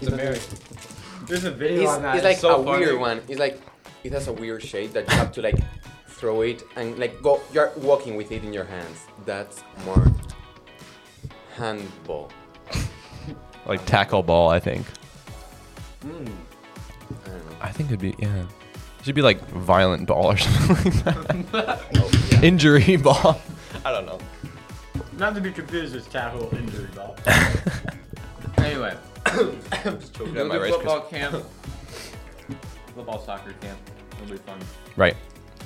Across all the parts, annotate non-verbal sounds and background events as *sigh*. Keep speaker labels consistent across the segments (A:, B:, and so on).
A: It's American. There's a video
B: It's,
A: on that.
B: it's like
A: so
B: a
A: funny.
B: weird one. It's like it has a weird shape that you have to like throw it and like go. You're walking with it in your hands. That's more handball.
C: Like tackle ball, I think.
A: Mm.
B: I don't know.
C: I think it'd be yeah. It should be like violent ball or *laughs* something like that.
A: *laughs*
B: Oh, yeah.
C: Injury *laughs* ball. I don't know.
A: Not to be confused with tackle injury
C: *laughs*
A: ball. anyway,
B: Just choked
C: Yeah,
B: up.
C: my
A: we'll do
C: rice
A: football camp, football soccer camp. It'll be fun.
C: Right.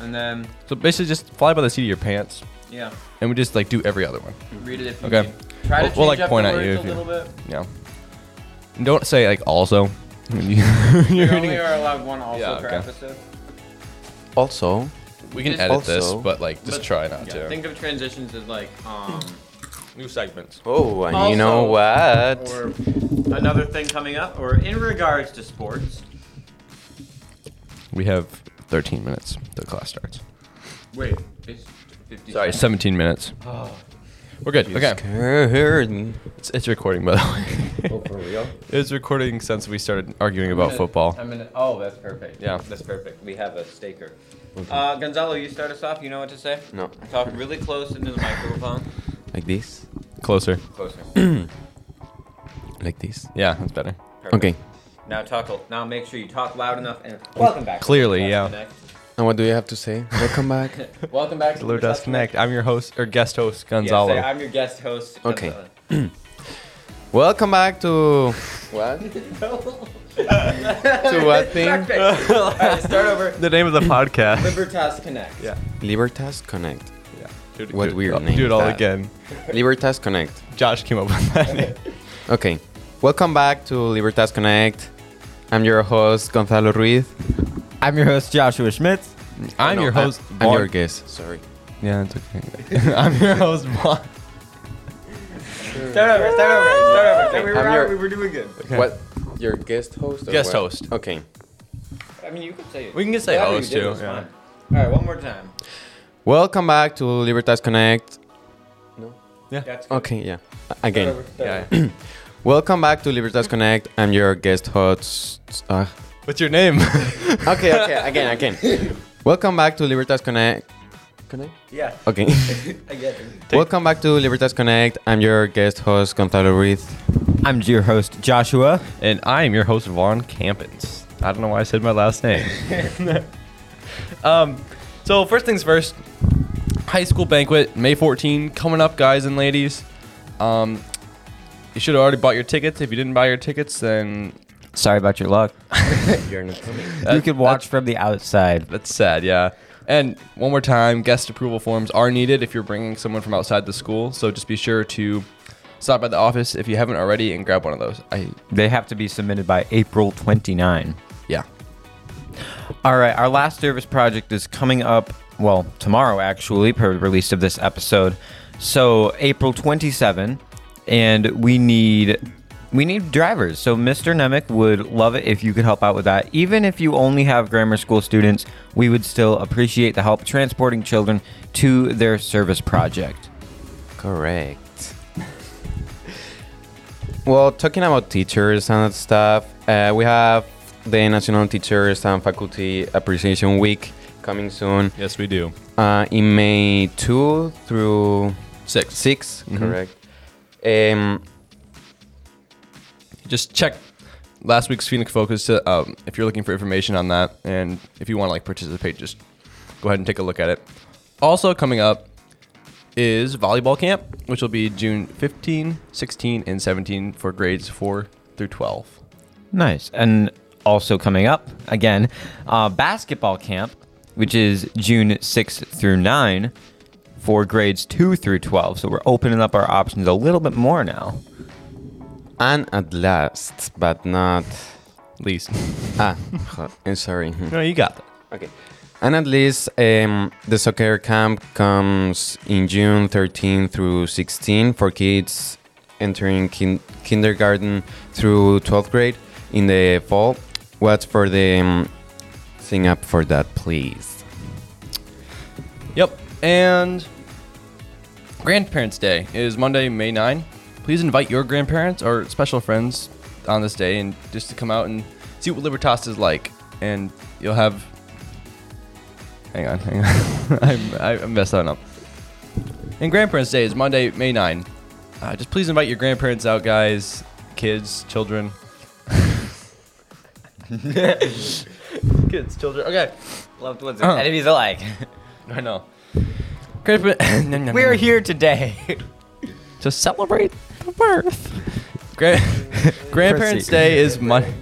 A: And then
C: So basically, just fly by the seat of your pants,
A: yeah,
C: and we just like do every other one.
A: read it if you
C: Okay.
A: need. Try to change
C: We'll- we'll, like,
A: up
C: point
A: the
C: at you
A: words
C: if
A: a
C: you-
A: little
C: *laughs*
A: bit.
C: Yeah. And don't say like also. *laughs* when you- you're
A: We
C: reading
A: only
C: it.
A: are allowed one also
C: Yeah,
A: per
C: okay.
A: episode.
D: Also,
C: We can
A: Just
C: edit this,
D: also-
C: but like just
A: But-
C: try not
A: yeah,
C: to.
A: Think of transitions as like um
C: *clears throat* New segments.
D: oh, and you know
A: Also-
D: what?
A: or another thing coming up or in regards to sports.
C: We have 13 minutes. The class starts.
A: Wait, it's 50
C: Sorry,
A: seconds. Oh.
C: 17 minutes. We're good. Okay.
D: Scared me.
C: It's, it's recording, by the way.
B: for
C: *laughs*
B: real?
C: it's recording since we started arguing about
A: Minute-
C: football.
A: A minute. Oh, that's perfect.
C: Yeah.
A: That's perfect. We have a staker. Uh, Gonzalo, you start us off. You know what to say?
B: No.
A: Talk really close into the microphone.
D: Like this?
C: Closer. *clears throat*
A: Closer.
D: Like this?
C: Yeah, that's better.
A: Perfect.
D: Okay.
A: Now talk. l- Now make sure you talk loud enough. And welcome back. to
C: Clearly,
A: Class
C: yeah.
D: And what do you have
B: *laughs*
D: to say? Welcome back.
C: *laughs*
A: Connect. welcome back. to
C: Blue
A: Class
C: Dust Connect. I'm your host or guest host,
A: Yeah,
C: Gonzalo.
A: say, I'm your guest
C: *laughs*
A: host. *laughs*
D: Okay.
A: Gonzalo."
D: Welcome back to
B: What?
D: to what thing?
A: Perfect. All right, start over.
C: *laughs* the name of the podcast.
A: Libertas Connect.
C: Yeah.
D: Libertas Connect.
C: *laughs* yeah. Dude,
D: What
C: dude,
D: weird
C: uh,
D: name
C: Do it
D: is
C: all
D: that?
C: again.
D: Libertas Connect.
C: Josh came up with that. name.
D: Okay. Welcome back to Libertas Connect. I'm your host Gonzalo Ruiz.
E: I'm your host Joshua Schmitz.
C: I'm
D: No,
C: your host.
D: I'm
C: Vaughn.
D: your guest. Sorry.
C: Yeah, it's okay. *laughs* I'm your host, Vaughn.
A: Start over. Start over. Start over. we, were
B: I'm
A: out,
B: your-
A: we were doing good.
C: Okay.
B: What? Your guest host? or
C: Guest
B: what?
C: host.
B: Okay.
A: I mean, you could say it.
C: We can just say
A: Whatever you
C: host,
A: did
C: too,
A: was
C: yeah.
A: fine. All right, one more time.
D: Welcome back to Libertas Connect.
A: That's good.
D: Okay, yeah. Again.
A: Start over, start over.
E: *laughs*
D: Welcome back to Libertas Connect. I'm your guest host. Uh,
C: What's your name?
D: okay, okay, again, again. Welcome back to Libertas Connect. Connect?
A: Yeah, *laughs*
D: Okay.
A: I get it.
D: Welcome back to Libertas Connect. I'm your guest host, Gonzalo Ruiz.
E: I'm your host Joshua.
C: and I am your host, Vaughn Campins. I don't know why I said my last *laughs* name. um, so first things first, high school banquet May 14 coming up, guys and ladies. Um, you should have already bought your tickets. If you didn't buy your tickets, then
E: Sorry about
A: *laughs*
E: your *laughs* luck.
D: You're not coming.
E: you can watch from the outside.
C: that's sad. Yeah. And one more time, guest approval forms are needed if you're bringing someone from outside the school. So just be sure to stop by the office if you haven't already and grab one of those. I
E: They have to be submitted by April 29.
C: yeah.
E: All right, our last service project is coming up, well, tomorrow actually, per the release of this episode. So, April 27, and we need we need drivers. So, Mr. Nemec would love it if you could help out with that. Even if you only have grammar school students, we would still appreciate the help transporting children to their service project.
D: Correct. well, talking about teachers and stuff, uh, we have the National Teachers and Faculty Appreciation Week coming soon
C: Yes, we do.
D: uh, in May 2 through
C: 6
D: 6. Correct. Um,
C: just check last week's Phoenix Focus to, um, if you're looking for information on that, and if you want to like participate, just go ahead and take a look at it. Also coming up is volleyball camp, which will be June 15, 16, and 17 for grades 4 through 12.
E: Nice. And also coming up again, uh, basketball camp, which is June 6th through 9 for grades 2 through 12. So we're opening up our options a little bit more now.
D: and at last, but not.
C: Least. *laughs*
D: Ah, *laughs* I'm sorry.
C: no, you got that.
D: Okay. And at least um, the soccer camp comes in June 13 through 16 for kids entering kin- kindergarten through 12th grade in the fall. What's for the um, thing up for that, please?
C: Yep. And Grandparents Day is Monday, May 9. Please invite your grandparents or special friends on this day and just to come out and see what Libertas is like. And you'll have. Hang on, hang on. *laughs* I, I messed that up. And Grandparents' Day is Monday, May 9. Uh, just please invite your grandparents out, guys, kids, children. *laughs* kids, children. Okay.
E: Loved ones
C: and
E: and enemies *laughs* alike.
C: I know. Grandpa- *laughs* No, no, no,
E: We're
C: no.
E: here today. *laughs*
C: to celebrate the birth. Gra- *laughs* Grandparents'
E: Proceed.
C: Day is Monday,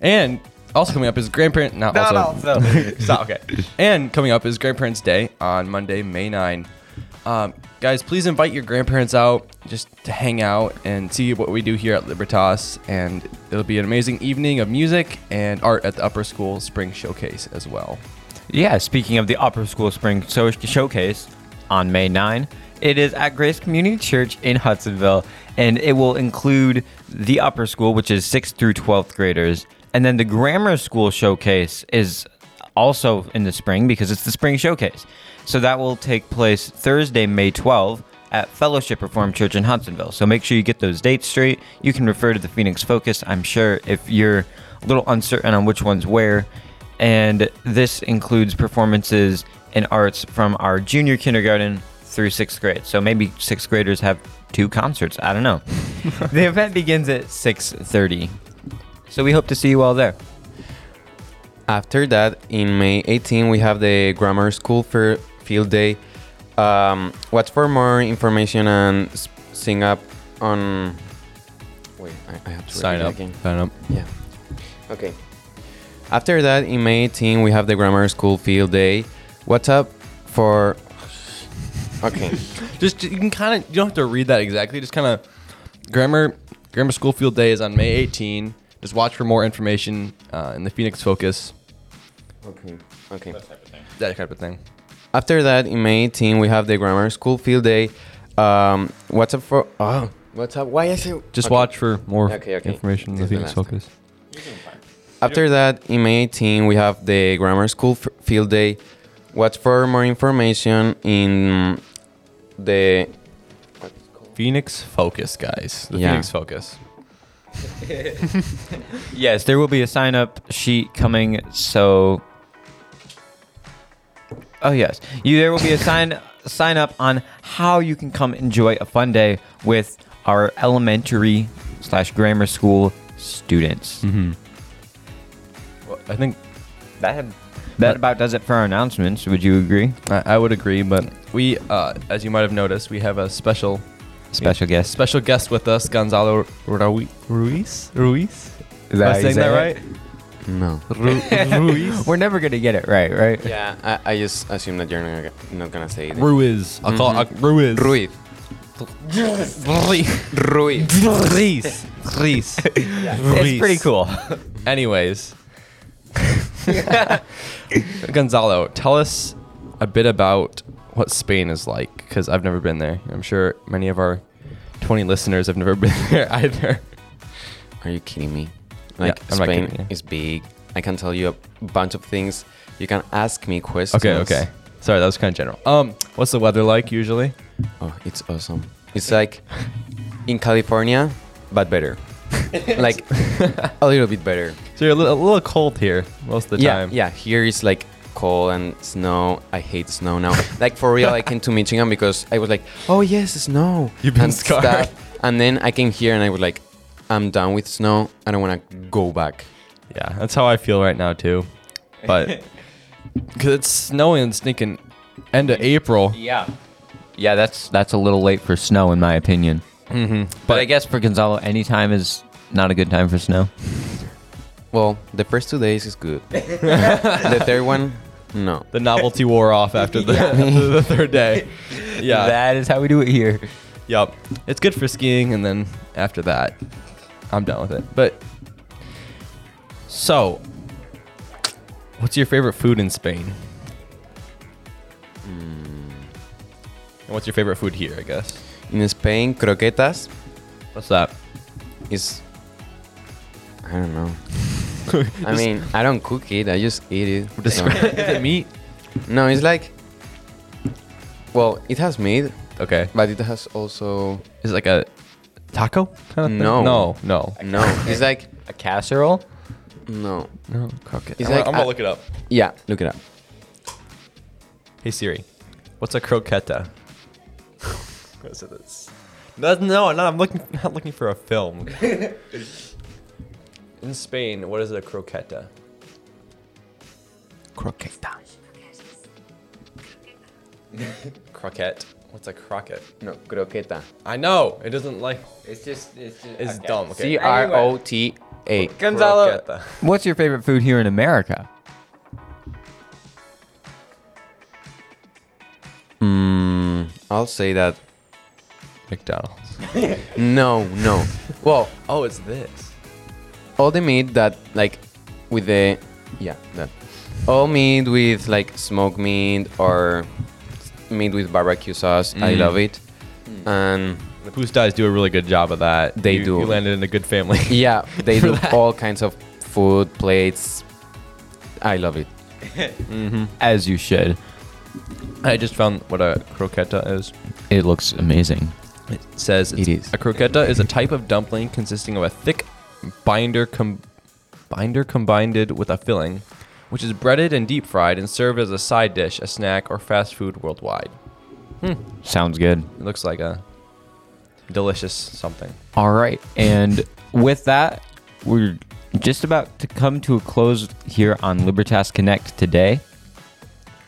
C: and also coming up is grandparent. Not,
E: Not
C: also.
E: also.
C: *laughs* Stop. Okay. And coming up is Grandparents' Day on Monday, May 9. Um, guys, please invite your grandparents out just to hang out and see what we do here at Libertas. And it'll be an amazing evening of music and art at the Upper School Spring Showcase as well.
E: Yeah, speaking of the Upper School Spring so- Showcase on May 9, it is at Grace Community Church in Hudsonville, and it will include the Upper School, which is 6th through 12th graders, and then the Grammar School Showcase is also in the spring because it's the Spring Showcase. So that will take place Thursday, May 12 at Fellowship Reformed Church in Hudsonville. So make sure you get those dates straight. You can refer to the Phoenix Focus, I'm sure, if you're a little uncertain on which one's where and this includes performances and arts from our junior kindergarten through sixth grade. So maybe sixth graders have two concerts. I don't know. the event begins at six thirty, so we hope to see you all there.
D: After that, in May 18, we have the grammar school for field day. Um, what's for more information and s- sign up on? Wait, I, I have to
C: Sign
D: repeat
C: up.
D: again.
C: Sign up.
D: Yeah.
B: Okay.
D: After that, in May 18, we have the grammar school field day. What's up for? *laughs*
B: Okay.
C: *laughs* Just you can kind of you don't have to read that exactly. Just kind of grammar grammar school field day is on May 18. Just watch for more information uh, in the Phoenix Focus,
B: Okay. Okay.
C: that type of thing.
D: After that, in May 18, we have the grammar school field day. Um, what's up for? Oh,
B: What's up? Why is it?
C: Just
B: Okay.
C: watch for more
B: Okay, okay.
C: information in the
B: This is the last
C: Phoenix Focus.
D: After that, in May 18, we have the grammar school f- field day. What's for more information in the
C: Phoenix Focus, guys. The
D: Yeah.
C: Phoenix Focus.
E: Yes, there will be a sign up sheet coming. So, oh yes, you there will be a sign sign up on how you can come enjoy a fun day with our elementary slash grammar school students.
C: Well, I think
E: That that about does it for our announcements. Would you agree?
C: I, I would agree, but we, uh, as you might have noticed, we have a special
E: Special guest.
C: special guest with us, Gonzalo Rui- Ruiz. Ruiz.
E: Is
C: Am I saying that right?
D: no?
B: *laughs*
C: Ru- Ruiz.
E: We're never gonna get it right, right? *laughs*
D: Yeah, I, I just assume that you're not, gonna- not gonna say it.
C: Ruiz. I'll call
B: Mm-hmm.
C: it uh, Ruiz.
D: Ruiz.
C: Ruiz.
D: Ruiz.
C: Reese. Reese.
E: It's pretty cool. *laughs*
C: Anyways, Gonzalo, tell us a bit about what Spain is like because I've never been there. I'm sure many of our 20 listeners have never been there either.
D: Are you kidding me?
C: Yeah,
D: Like
C: I'm not
D: Spain
C: kidding you.
D: is big. I can tell you a bunch of things. You can ask me questions.
C: Okay, okay. Sorry, that was kind of general. Um, what's the weather like usually?
D: Oh, it's awesome. It's like in California, but
C: *laughs*
D: better. like a little bit better.
C: So you're a little, a little cold here most of the
D: yeah,
C: time.
D: Yeah, here is like cold and snow. I hate snow now. like for real, I came to Michigan because I was like, oh yes, snow.
C: You've been
D: and
C: scarred.
D: stuff. And then I came here and I was like, I'm done with snow. I don't want to go back.
C: Yeah, that's how I feel right now too.
D: *laughs*
C: But because it's snowing and sneaking end of April.
E: yeah. Yeah, that's that's a little late for snow in my opinion. Mm-hmm. But I guess for Gonzalo, any time is not a good time for snow.
D: Well, the first two days is good. the third one, no.
C: The novelty wore off *laughs* after
D: *laughs*
C: the, the third day. Yeah.
E: that is how we do it here.
C: Yep. It's good for skiing, and then after that, I'm done with it. But so, what's your favorite food in Spain?
D: Hmm.
C: And what's your favorite food here? I guess.
D: In Spain, croquetas
C: What's that?
D: is. I don't know.
C: *laughs*
D: I mean, I don't cook it. I *laughs* just eat it. So-
C: Is it meat?
D: No, it's like. Well, it has meat,
C: Okay.
D: but it has also
C: Is it like a taco kind of thing?
D: No.
C: No, no.
D: No, it's like
E: A casserole?
D: no.
C: No, croquette.
D: It's
C: I'm,
D: like
C: gonna- I'm gonna
D: a-
C: look it up.
D: Yeah, look it up.
C: Hey Siri, what's a croquetta? What's it- that's- *laughs* No, no, no, I'm looking *laughs* not looking for a film. *laughs* In Spain, what is a croqueta?
D: Croqueta.
C: *laughs* Croquette. What's a croquette?
D: No, croqueta.
C: I know it doesn't like
B: It's just, it's just.
C: it's dumb. Okay.
D: C R O T A.
B: Gonzalo.
C: Croqueta.
E: What's your favorite food here in America?
D: Mm, I'll say that.
C: *laughs* McDonald's.
D: No, no. well,
C: Oh, it's this.
D: all the meat that like with the yeah that all meat with like smoked meat or meat with barbecue sauce. I
C: Mm.
D: love it. Mm. And
C: The Pustas do a really good job of that.
D: They
C: You-
D: do.
C: You landed in a good family.
D: *laughs* yeah, they
C: For
D: do
C: that.
D: all kinds of food plates. I love it.
E: As you should.
C: I just found what a croqueta is.
E: It looks amazing.
C: It says
D: It
C: it's-
D: is.
C: a croqueta is a type of dumpling consisting of a thick binder com- binder combined with a filling, which is breaded and deep fried and served as a side dish, a snack, or fast food worldwide. Hmm.
E: Sounds good.
C: It looks like a delicious something.
E: All right. And with that, we're just about to come to a close here on Libertas Connect today.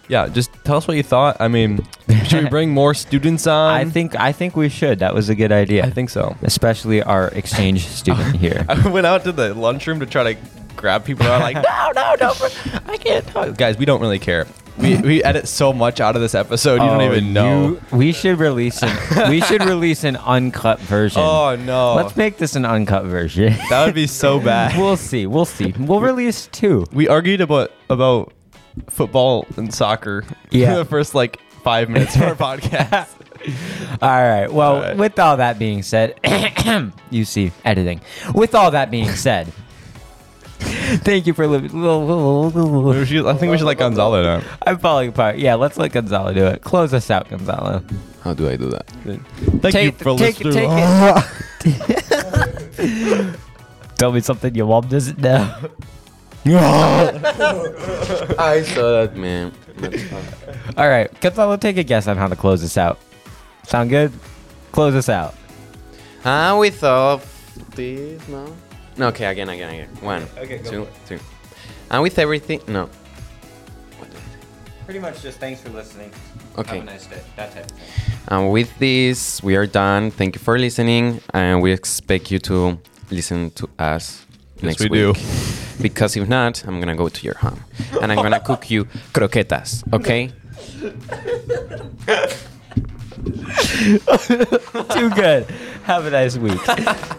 C: Yeah, just tell us what you thought. I mean,
E: *laughs*
C: should we
D: *laughs*
C: bring more students on?
E: I think I think we should. That was a good idea.
C: I think so.
E: especially our
C: *laughs*
E: exchange student here.
C: I went out to the lunchroom to try to grab people. and I'm
E: *laughs*
C: like, no, no, no, bro, I can't. Talk. Guys, we don't really care.
E: *laughs*
C: We, we edit so much out of this episode. You don't
E: Oh,
C: even know.
E: you- we should release an we
C: *laughs*
E: should release an uncut version.
C: oh no,
E: Let's make this an uncut version.
C: that would be
E: *laughs*
C: so bad.
E: we'll see. We'll see. We'll release two.
C: we argued about about football and soccer. *laughs*
E: Yeah.
C: for the first like five
E: *laughs*
C: minutes of our podcast.
E: All right. Well,
C: All right.
E: with all that being said, *coughs* you see editing. With all that
C: *laughs*
E: being said, thank you for
C: We
E: living.
C: should- I think we should let Gonzalo know.
E: *laughs* I'm falling apart. Yeah, let's let Gonzalo do it. Close us out, Gonzalo.
D: How do I do that?
C: Thank
E: Take
C: you
E: it-
C: for
E: take it-
C: listening.
E: take *laughs* Tell me something your mom doesn't know. *laughs*
D: I saw that man. That's fun.
E: All right, Gonzalo, take a guess on how to close this out. Sound good? Close us out.
D: Ah, we thought this no. No, okay, again, again, again. One, okay, two, three. And with everything, no.
E: Pretty much just thanks for listening.
D: Okay.
E: day. That type of thing.
D: And with this, we are done. Thank you for listening, and we expect you to listen to us next
C: we do.
D: week. *laughs* Because if not, I'm gonna go to your home, and I'm gonna cook
C: *laughs*
D: you croquetas. Okay?
E: Too good. Have a nice week.